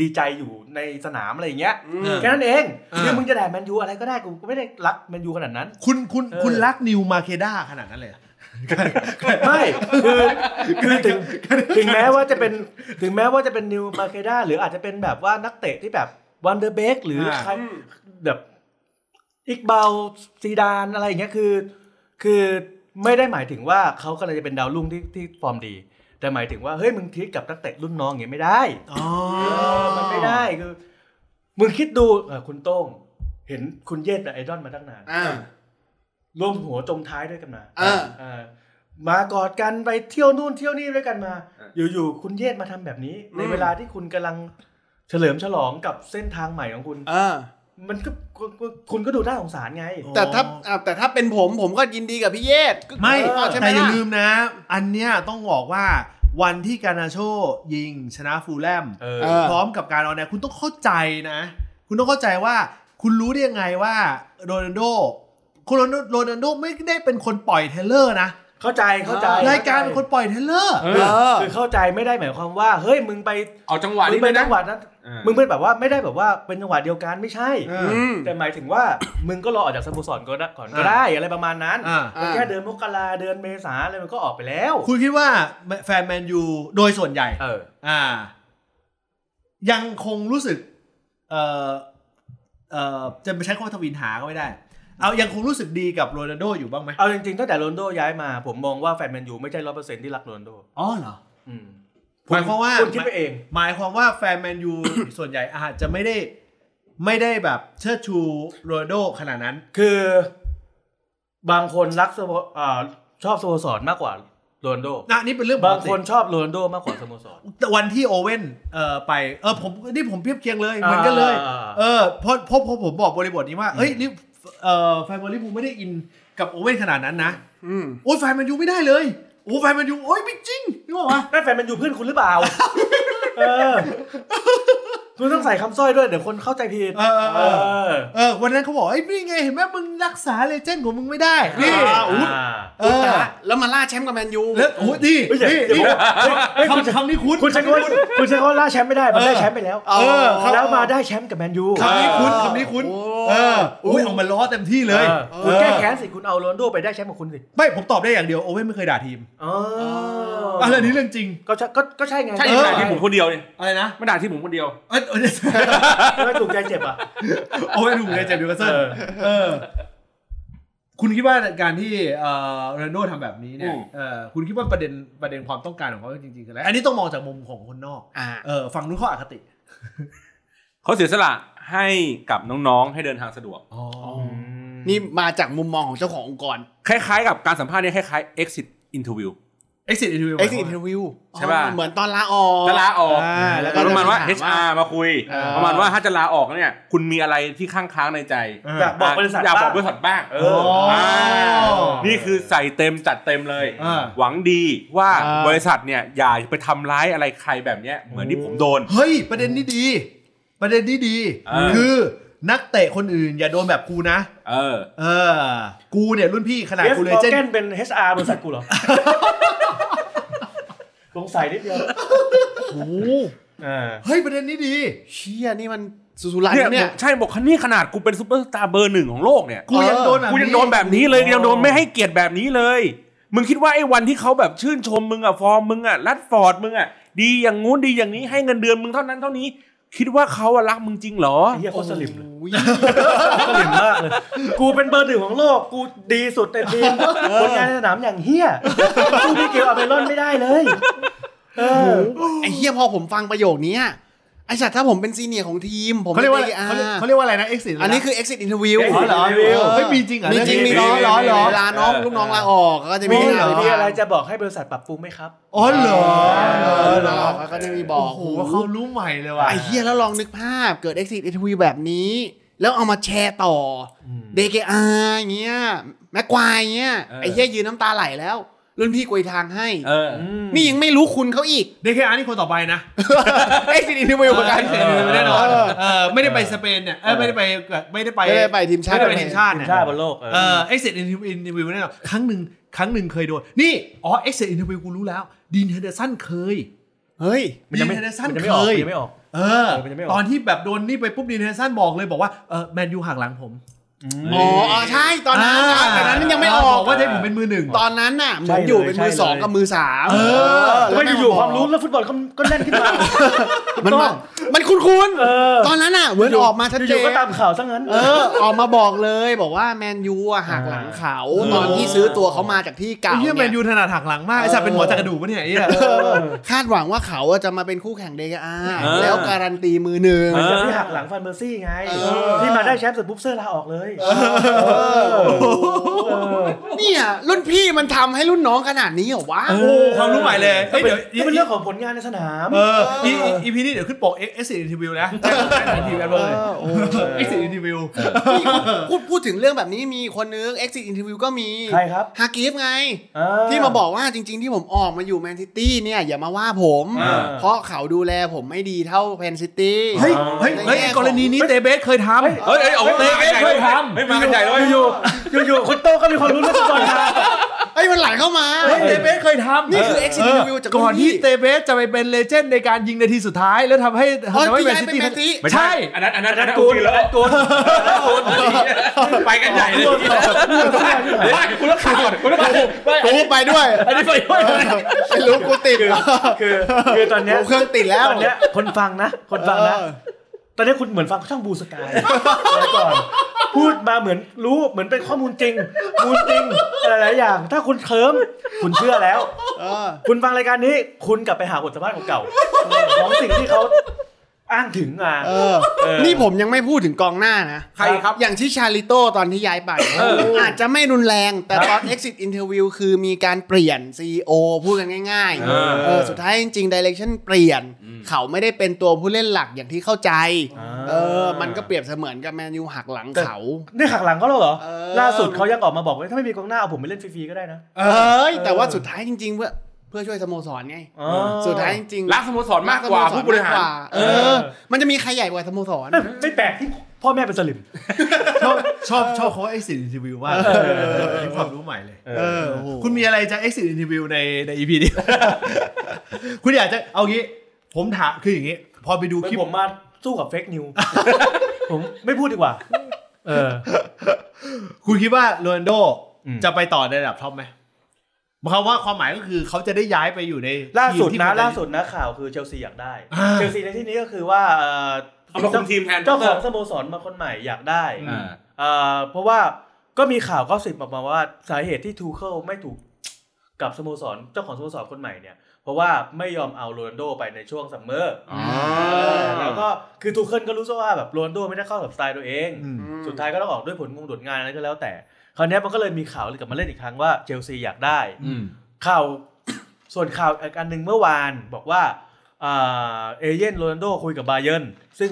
ดีใจอยู่ในสนามอะไรอย่างเงี้ย แค่นั้นเอง
อ่า
คือมึงจะด่าแมนยูอะไรก็ได้กูกูไม่ได้รักแมนยูขนาดนั้น
คุณคุณ
เออ
คุณรักนิวมาเคด้าขนาดนั้นเลยเหรอ
ไม่คือคือถึงถึงแม้ว่าจะเป็นถึงแม้ว่าจะเป็นนิวมาเคด้าหรืออาจจะเป็นแบบว่านักเตะที่แบบวันเดอร์เบกหรืออา ใครแบบอิกบาลซีดานอะไรอย่างเงี้ยคือ คือไม่ได้หมายถึงว่าเขากำลังจะเป็นดาวรุ่งที่ที่ฟอร์มดี แต่หมายถึงว่าเฮ้ยมึงทีกับนักเตะรุ่นน้องอย่างเงี้ยไม่ได้
อ๋อ
เออมันไม่ได้คือ มึงคิดดูเออคุณโต้ง เห็นคุณเย็ดไอดอลมาตั้งนาน
อ่า
ร่วมหัวจมท้ายด้วยกันมา
เออ
เออมากอดกันไปเที่ยวนู่นเที่ยวนี่ด้วยกันมา
เอ
อยู่ๆคุณเย็ดมาทำแบบนี้ ในเวลาที่คุณกำลังเฉลิมฉลองกับเส้นทางใหม่ของคุณ
เออ
มันก็คุณคุณคุณก็ดูน่าสงสารไง
แต่ถ้าอ่ะแต่ถ้าเป็นผมผมก็ยินดีกับพี่เยศก็
ไม่
เออใช่ไหม
แต่อย่า
ล่ะ
ลืมนะ อันเนี้ยต้องบอกว่าวันที่การนาโชยิงชนะฟูลแลม
เออ
เออ
พร้อมกับการออนแอร์คุณต้องเข้าใจนะ คุณต้องเข้าใจว่า คุณรู้ได้ยังไงว่าโรนัลโดคุณโรนัลโดโรนัลโดไม่ได้เป็นคนปล่อยเทเลอร์นะ
เข้าใจเข้าใจ
รายการเป็นคนปล่อยเทเลอร์
เออ
คือเข้าใจไม่ได้หมายความว่า เฮ้ยมึงไป
เอาจังหวะ
มึ
นี้
ง
ไป
เป็น
นะ
จังหวะนั้น
เออ
มึงเป็นแบบว่าไม่ได้แบบว่าเป็นจังหวะเดียวกันไม่ใช่
เอ
อืม
แต่หมายถึงว่า มึงก็รอออกจากสโมสรก็ได้ก่อนก็ได้อะไรประมาณนั้น
อ่า
แต่แค่เดือนมกราเดือนเมษาอะไรมันก็ออกไปแล้ว
คุณคิดว่าแฟนแมนยูโดยส่วนใหญ่
เออ
อ่า ยังคงรู้สึก เอ่อเอ่อจะไปใช้คำว่าทวินหาก็ไม่ได้ เอายังคงรู้สึกดีกับโรนัลโดอยู่บ้างไหม
เอาจริงๆตั้งแต่โรนลโดย้ายมา ผมมองว่าแฟนแมนยูไม่ใช่ร้อยเปอร์เซ็นที่รักโรนลโด
อ๋อเหรอ
อืม
หมายความว่า
คุณคิดไปเอง
หมายความว่าแฟนแมนยู ส่วนใหญ่อาจจะไม่ได้ไม่ได้แบบเชิดชูโรนัลโดขนาดนั้น
คือบางคนรักสโมอ่าชอบสโมสรมากกว่าโรนลโด
นะนี่เป็นเรื่องปกติ
บางคนชอบโรนลโดมากกว่าสโมสร
แต่วันที่โอเว่นเอ่อไปเออผมนี่ผมเปรียบเทียงเลย
อ่า
เหมือนกันเลย
อ่าอ่า
เออเพราะเพราะเพราะผมบอกบริบทนี้ว่า เอ้ยนี่เอ่อแฟนบอลลิบูลไม่ได้อินกับโอเว่นขนาดนั้นนะ
อืม
โอ้ยแฟนแมนยูไม่ได้เลยโอ้ยแฟนแมนยูโอ้ยไม่จริงนี่บอกว่า
นั่นแฟนแมนยูเพื่อนคุณหรื อเปล่า เออ คุณต้องใส่คำสร้อยด้วย เดี๋ยวคนเข้าใจผิด
เออเออเออ
เออ
เออวันนั้นเขาบอกไอ้ยนี่ไงเห็นไหมมึงรักษาเลเจนด์ของมึงไม่ได้นี่
อ่า
อุ๊ย
อ่า
เออ
แล้วมาล่าแชมป์กับแมนยู
แล้วโอ้ยนี่
เฮ้ยอย่า
นี่
อย่า
นี่
บอกเฮ้ยเฮ้ยคุณ
คำคำนี้คุ้น
คุณใช้คำว่าคุณใช้คำว่าล่าแชมป์ไม่ได้ มันได้แชมป์ไปแล้ว
เออครับ
แล้วมาได้แชมป์กับแมนยู
คำนี้คุ้นคำนี้คุ้น เอออุ้ยออกมาล้อเต็มที่เลย
ออคุณแก้แค้นสิ คุณเอาโรนลโดไปได้แชมป์กับคุณสิ
ไม่ผมตอบได้อย่างเดียวโอเว่นไม่เคยด่าทีม
อ๋อ
อะ
อะไร
นี้เรื่องจริง
ก็ใช่ก็ก็ใช่ไง
ใช่
เออ
ไม่ด่าที่ผมคนเดียวนี่
อะไรนะ
ไม่ด่าที่ผมคนเดียว
เอ้ยเอ้ย
ไม่ถูกใจเจ็บอ่ะ
โอเว่นถูกเลยเจ็บดิวกัสเซน
เออ
เออ คุณคิดว่าการที่เอ่อเรนโดทำแบบนี้เนี่ย
อืม
เออคุณคิดว่าประเด็นประเด็นความต้องการของเขาจริงๆคืออะไรอันนี้ต้องมองจากมุมของคนนอก
อ่า
เออฝั่งนู้นเขาอคติ
เขาเสียสละให้กับน้องๆ ให้เดินทางสะดวก
อ๋อ
นี่มาจากมุมมองของเจ้าขององค์กร
คล้ายๆ กับการสัมภาษณ์เนี่ยคล้ายๆ exit interview
เอ็กซิสอินทิว
exit interview
ใช่ป่ะ
อ๋อเหมือนตอนลาออก
จะลาออก
อ่าแล้วก็
ประมาณว่า
จะ
HR มาคุย
เออ
ประมาณว่าถ้าจะลาออกเนี่ย คุณมีอะไรที่ค้างค้างๆในใจ
อยากบอกบริษัท
อยากบอก
ง
บริษัทบ้าง
เอ
โอ้
อ
นี่คือใส่เต็มจัดเต็มเลย
อ่า
หวังดีว่า
อ่า
บริษัทเนี่ยอย่าไปทำร้ายอะไรใครแบบเนี้ยเหมือนที่ผมโดน
เฮ้ย ประเด็นนี้ดี ประเด็นนี้ดี
เออ
คือนักเตะคนอื่นอย่าโดนแบบกูนะ
เออ
เออ กูเนี่ยรุ่นพี่ขนาด
เจฟ
กูเล
มอ
เจ
ร์
น
แกนเป็น HR บริษัทกูเหรอ สงสัยนิดเดียว
โอ้โห
อ่า
เฮ้ย ประเด็นนี้ดี
เชี่ยนี่มันสุสุรัน
เนี่
เนี่ย ย
ใช่บอกคันนี่ขนาดกูเป็นซูเปอร์สตาร์เบอร์หนึ่งของโลกเนี่ย
กูยังโดนแบบ
กูยังโดนแบบนี้เลยยังโดนไม่ให้เกียรติแบบนี้เลย มึงคิดว่าไอ้วันที่เขาแบบชื่นชมมึงอะฟอร์มมึงอะรัดฟอร์ดมึงอะดีอย่างงู้นดีอย่างนี้ให้เงินเดือนมึงเท่านั้นเท่านี้ คิดว่าเขาอะรักมึงจริงเหรอ
ไอ้เฮียโคตรสลิมเลย
โอ้ย
สลิมมากเลย กูเป็นเบอร์หนึ่งของโลก กูดีสุดในทีมผลงานในสนามอย่างเฮียสู้พี่เกลอาเมรอนไม่ได้เลย เออ
ไอ้เฮียพอผมฟังประโยคนี้อะไอ้สัตว์ถ้าผมเป็นซีเนียร์ของทีม ผม
เขาเรียกว่า
ป็น
เขาเรียก
AR
เขาเรียกว่าอะไรนะ exit
อันนี้คือ exit interview
อ๋อเหรอ
interview
เฮ้ยมีจริงเหรอ
มีจริง
เรื่
มี
อง
น้อง
นี้มี
ร้อน
เหร
ร้อ
อ
เวลาน้องลูกน้องลาออกเขาก็จะมี
มี
ให้เรา
มีอะไรจะบอกให้บริษัทปรับปรุงไหมครับ
อ๋อเหรอ
เอ
เหรอ
อ
เหร
ลา
อ
ออกเขาก็จะมีบอ
โอ้
ก
โหเขารู้ใหม่เลยว่ะ
ไอ้เฮียแล้วลองนึกภาพเกิด exit interview แบบนี้ แล้วเอามาแชร์ต่ออ DKR อย่างเงี้ยแม็กควายอย่างเงี้ย
เออ
ไอ้เฮียยืนน้ำตาไหลแล้ว รุ่นพี่กุยทางให้
เออ
นี่ยังไม่รู้คุณเขาอีก
DKR นี่คนต่อไปนะ
exit interview เหมือนกัน
เออแน่นอนเออไม่ได้ไปสเปนเนี่ยเออไม่ได้ไปไม่ได้ไป
ไม่ได้ไปทีมชาติ
ไม่ได้ไปทีมชาติ
ทีม
เนี่ย
ชาติบนโลก
เออ exit interview interview แน่นอนครั้งหนึ่งครั้งหนึ่งเคยโดน นี่ อ๋อ exit interview กูรู้แล้วดีนเฮเดอร์สันเคย
เฮ้ย
มันยังไม่
ดีนเฮเดอร์สัน
มันยัง
เคย
ไม่ออกมันยังไม่ออก
เออ
เออมันยังไม่ออก
ตอนที่แบบโดนนี่ไปปุ๊บดีนเฮเดอร์สันบอกเลยบอกว่าเออแมนยูห่างหลังผม
อ๋
เฮ้ย
ออ๋อใช่ตอนนั้นนะแต่นั้นมันยังไม่ออก
บว่าจะให้ผมเป็นมือหนึ่ง
ตอนนั้นน่ะเหมือนอยู่เป็นมือสองกับมือสาม
เออ
แล้
ไม่อยู่ๆค
แง
วามรู้แล้วฟุตบอลก็ก็แน่นขึ้นมา
มันมามันคุ้น
เออ
ๆตอนนั้นน่ะเหมือนออกมาชัด
อ
เจ
ยู่
น
ๆก็ตามข่าวซะงั้น
เออ ออกมาบอกเลยบอกว่าแมนยูอะหักหลังเขาตอนที่ซื้อตัวเขามาจากที่เก่า
ไอ้เหี้ยแม
เนี่
น
ย
ยูถนัดหักหลังมากไอ้สัตว์เป็นหมอจักกระดูกปะเนี่ยไอ้เหี้ย
เออคาดหวังว่าเขาอะจะมาเป็นคู่แข่งเดกอา
เออ
แล้วการันตีมือหนึ่ง
เออ
ที่หักหลังฟันเบอร์ซี่ไง
เออ
ที่มาได้ ได้แชมป์เสร็จปุ๊บเสื้อลาออกเลยเออ
เนี่ยรุ่นพี่มันทำให้รุ่นน้องขนาดนี้เหรอวะ
โอ้โหความรู้ใหม่เลยเฮ้ยเดี๋ยว
นี่เป็นเรื่องของผลงานในสนาม
เอออีอีอีพีนี้เดี๋ยวขึ้นปกเอ็กซ์อินทิวิวนะเอ็กซ์อินทิวิวเลยเอ็กซ์อินทิวิว
นี่พูดพูดถึงเรื่องแบบนี้มีคนนึง exit interview ก็มี
ใครครับ
ฮากิฟไง
เ
ที่มาบอกว่าจริง ๆ ที่ผมออกมาอยู่แมนซิตี้เนี่ย อย่ามาว่าผม
อ่า
เพราะเขาดูแลผมไม่ดีเท่าแมนซิตี้
เฮ้ย เฮ้ย เฮ้ย
ในแง่ของ
กรณีนี้เตเบสเคยทำ
เฮ้ยเฮ้ยเอาเตะ
เฮ้ย
ใหญ่
เค
เลย
ยทำ
ไม่มากันใหญ่เลย
อยู่อยู่อยู่คุณโต้ก็มีความรู้เรื่องฟุตบอลนะ
ไอ้ยมันไหลเข้ามา
เฮ้ยเตเบสเคยทำ
นี่คือ exit interview จากรุ่นพี่
ก่อนที่เตเบสจะไปเป็นเลเจนด์ในการยิงนาทีสุดท้ายแล้วทำให้
อ๋อ
ทำให้
ที่
แมน
ย้าย
ซิ
ไป
ตี้
แมนซิตี้
ไม่
ใช่
ใช่ อันนั้น อันนั้น อันนั้น
กู
กู
น
อีก
แล้
แล้ว ว
กูน
ไปกันใหญ่เลยไม่คุณต้องขาดก่อนคุณต้องขาด
กูไปด้วย
อันนี้ไปด้วย
ไอ้รู้กูติดเหรอ
คือคือตอนเนี้ย
กูเครื่องติดแล้ว
ตอนเนี้ยคนฟังนะ คนฟังนะ
เออ
ตอนเนี้ยคุณเหมือนฟังช่างบูสกายสมัยก่อน พูดมาเหมือนรู้เหมือนเป็นข้อมูลจริงมูลจริงหลายๆอย่าง ถ้าคุณเคลิ้มคุณเชื่อแล้ว
เออ
คุณฟังรายการนี้คุณกลับไปหาบทสัมภาษณ์เก่าๆของสิ่งที่เขาอ้างถึงมา
เออ นี่ผมยังไม่พูดถึงกองหน้านะ
ใครครับ
อย่างที่ชาลิโต้ตอนที่ย้ายไป อาจจะไม่รุนแรง แต่ตอน exit interview คือมีการเปลี่ยน CEO พูดกันง่ายๆเออสุดท้ายจริงๆ direction เปลี่ยน เขาไม่ได้เป็นตัวผู้เล่นหลักอย่างที่เข้าใจ เออ มันก็เปรียบเสมือนกับแมนยูหักหลังเขา
นี่หักหลังก็แล้วเหรอ
เออ
ล่าสุดเขายังออกมาบอกว่าถ้าไม่มีกองหน้าเอาผมไปเล่นฟรีๆก็ได้นะ
เอ้ย แต่ว่าสุดท้ายจริง ๆ เพื่อเพื่อช่วยสโมสรไง
อ๋อ
สุดท้ายจริงๆ
รักสโมสรมากกว่าผู้บริหาร
มกกว่เออ มันจะมีใครใหญ่กว่าสโมสร
เอ้ยไม่แปลกที่พ่อแม่เป็นสลิม
ชอบชอบชอบเขาเอ็กซ์อินทิวิวมากมีความรู้ใหม่เลย
เออโอ้โห
คุณมีอะไรจะ exit interview ในใน EP นี้ คุณอยากจะเอางี้ ผมถามคืออย่างงี้ พอไปดู
เหมือ
คลิป
นผมมาสู้กับเฟกนิว ผมไม่พูดดีกว่า เออ
คุณคิดว่าโรนลโด
อืม
จะไปต่อในระดับท็อปไหมหมายความว่าความหมายก็คือเขาจะได้ย้ายไปอยู่ใน
ล่าสุด
ทีมที่
นะ
เขจ
ล่าสุดนะข่าวคือเชลซีอยากได้
อ่า
เชลซีในที่นี้ก็คือว่าเอ่อ
เอามาคุมทีมแทน
เจ้าของสโมสรมาคนใหม่อยากได้
อ่า
เอ่อเพราะว่าก็มีข่าวก็สิบออกมาว่าสาเหตุที่ทูเคิลไม่ถูกกับสโมสรเจ้าของสโมสรคนใหม่เนี่ย เพราะว่าไม่ยอมเอาโรนัลโดไปในช่วงซัมเมอร์
อ๋อ
แล้วก็คือทูเคิลก็รู้ซะว่าแบบโรนัลโดไม่ได้เข้ากับสไตล์ตัวเอง
อืม
สุดท้ายก็ต้องออกด้วยผลงงดดงานอะไรก็แล้วแต่ คราวเนี้ยมันก็เลยมีข่าวเลยกลับมาเล่นอีกครั้งว่าเชลซีอยากได้
อืม
ข่าว ส่วนข่าวอีกอันหนึ่งเมื่อวานบอกว่าอ่าเอเย่นโรนัลโดคุยกับบาเยิร์นซึ่ง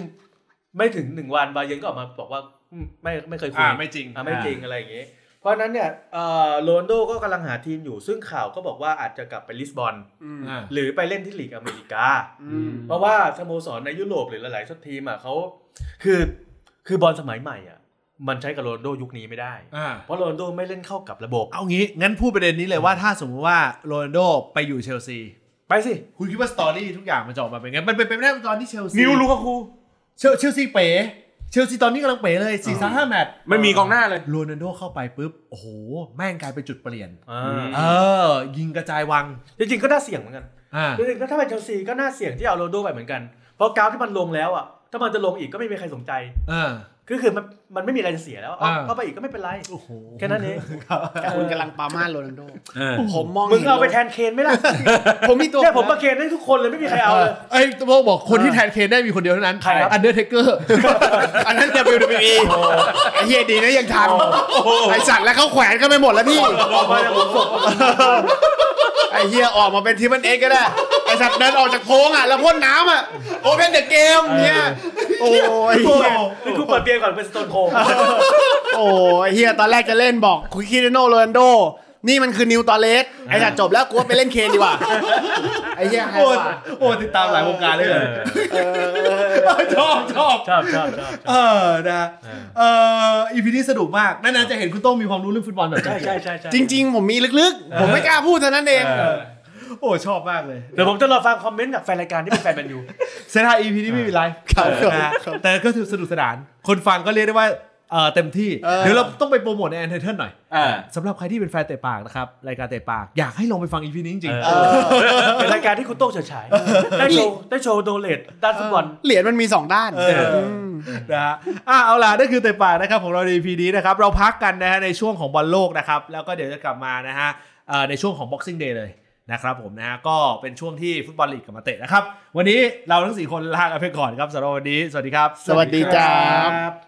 ไม่ถึงหนึ่งวันบาเยิร์นก็ออกมาบอกว่าอืมไม่ไม่เคยคุย
อ่าไม่จริง
อ่าไม่จริงอะไรอย่างงี้ เพราะฉะนั้นเนี่ยเอ่อโรนัลโดก็กำลังหาทีมอยู่ ซึ่งข่าวก็บอกว่าอาจจะกลับไปลิสบอน
อืม
อ่า
หรือไปเล่นที่ลีกอเมริกา
อืม
เพราะว่าสโมสรในยุโรปหรือหลายๆทีมอ่ะเขาคือคือบอลสมัยใหม่อ่ะมันใช้กับโรนลโดยุคนี้ไม่ได้
อ่า
เพราะโรนลโดไม่เล่นเข้ากับระบบ
เอางี้ งั้นพูดประเด็นนี้เลยว่าถ้าสมมติว่าโรนลโดไปอยู่เชลซี
ไปสิ
คุณคิดว่าสตอรี่ทุกอย่างมันจะออกมาเป็นไง มันเป็นไปไม่ได้ตอนที่เชลซี
นิวลูกาคู
เชลเชลซีเป๋ เชลซีตอนนี้กำลังเป๋เลยสี่สามห้าแมตช์
ไม่มีกองหน้าเลย
โรนัลโดเข้าไปปุ๊บ โอ้โห แม่งกลายเป็นจุดเปลี่ยน
อ่า
อืม
เออ ยิงกระจายวัง
จริงๆก็น่าเสี่ยงเหมือนกัน
อ่า
จริงๆก็ถ้าเป็นเชลซีก็น่าเสี่ยงที่เอาโรนลโดไปเหมือนกัน เพราะกราวที่มันลงแล้วอ่ะถ้ามันจะลงอีกก็ไม่มีใครสนใจ
เออ
ก็คือมันมันไม่มีอะไรจะเสียแล้วเอา
อ่า
เข้าไปอีกก็ไม่เป็นไร
โอ้โห
แค่นั้นเอง
แต่คุณกำลังปรามาสโรนัลโด
เออ
ผมมอง
มึง
ห็น
เอาไปแทนเคนไหม่ล่ะ
ผมมีตัว
เนี่ยผมประเคนได้ทุกคนเลยไม่มีใครเอาเลย
เอ้ยโบอกบอกคนที่แทนเคนได้มีคนเดียวเท่านั้น
ใครครับ
อันเดอร์เทเกอร์
อันนั้น WWE ไอ้เฮียดีนะยังทันไอสัตว์แล้วเขาแขวนกันไปหมดแล้วพี่
บอกมาเลยผมส่ง
ไอเฮียออกมาเป็นทีมันเอ็กก็ได้ไอสัตว์เดินออกจากโพงอ่ะแล้วพ่นน้ำอ่ะโอเพนเดอะเกมเนี่ยโอ้ยเหี้ย
นี่กูเปิดเบียร์ก่อนเป็นสโตนโคลด์
โอ้ยเฮียตอนแรกจะเล่นบอกคุยคิเดโนโรนโด นี่มันคือนิวตอเลสไอสัตว์จบแล้วกูว่าไปเล่นเคนดีกว่าไอเฮีย
โอ้โอ้ติดตามหลายวงการเลยเหรอ
เออ
ชอบชอบ
ชอบชอบชอบชอบ
เออนะเอออีพีนี้สนุกมากนั่นนะจะเห็นคุณโต้งมีความรู้เรื่องฟุตบอลแบบ
ใช่
นี้
ใช่ใช่ใช่
จริง ๆ ผมมีลึกๆ ผมไม่กล้าพูดเท่านั้นเอง
โอ้ชอบมากเลย
เดี๋ยวผมจะรอฟังคอมเมนต์จากแฟนรายการที่เป็นแฟนแมนยู
เซนทาอีพีนี้ไม่มีไลฟ์
ครับ
นะแต่ก็ถือสนุกสนาน คนฟังก็เรียกได้ว่าเออเต็มที่
เออ
เดี๋ยวเราต้องไปโปรโมทในแอนเทอร์หน่อย
เออ
สำหรับใครที่เป็นแฟนเตะปากนะครับรายการเตะปากอยากให้ลองไปฟังอีพีนี้จริงๆ
เออ เป็นรายการที่คุณโต้งเฉิดฉาย ได้โชว์ได้โชว์โดเลตด้านฟุตบอล
เหรียญมันมีสองด้าน
เอออืม นะฮะอ่ะเอาล่ะนั่นคือเตะปากนะครับของเราใน EP นี้นะครับ เราพักกันนะฮะในช่วงของบอลโลกนะครับ แล้วก็เดี๋ยวจะกลับมานะฮะเอ่อในช่วงของ Boxing Day เลยนะครับผมนะฮะก็เป็นช่วงที่ฟุตบอลลีกกลับมาเตะนะครับ วันนี้เราทั้ง 4 คนลากันไปก่อนครับสำหรับวันนี้ สวัสดีครับ
สวัสดีครับ
สวัสดี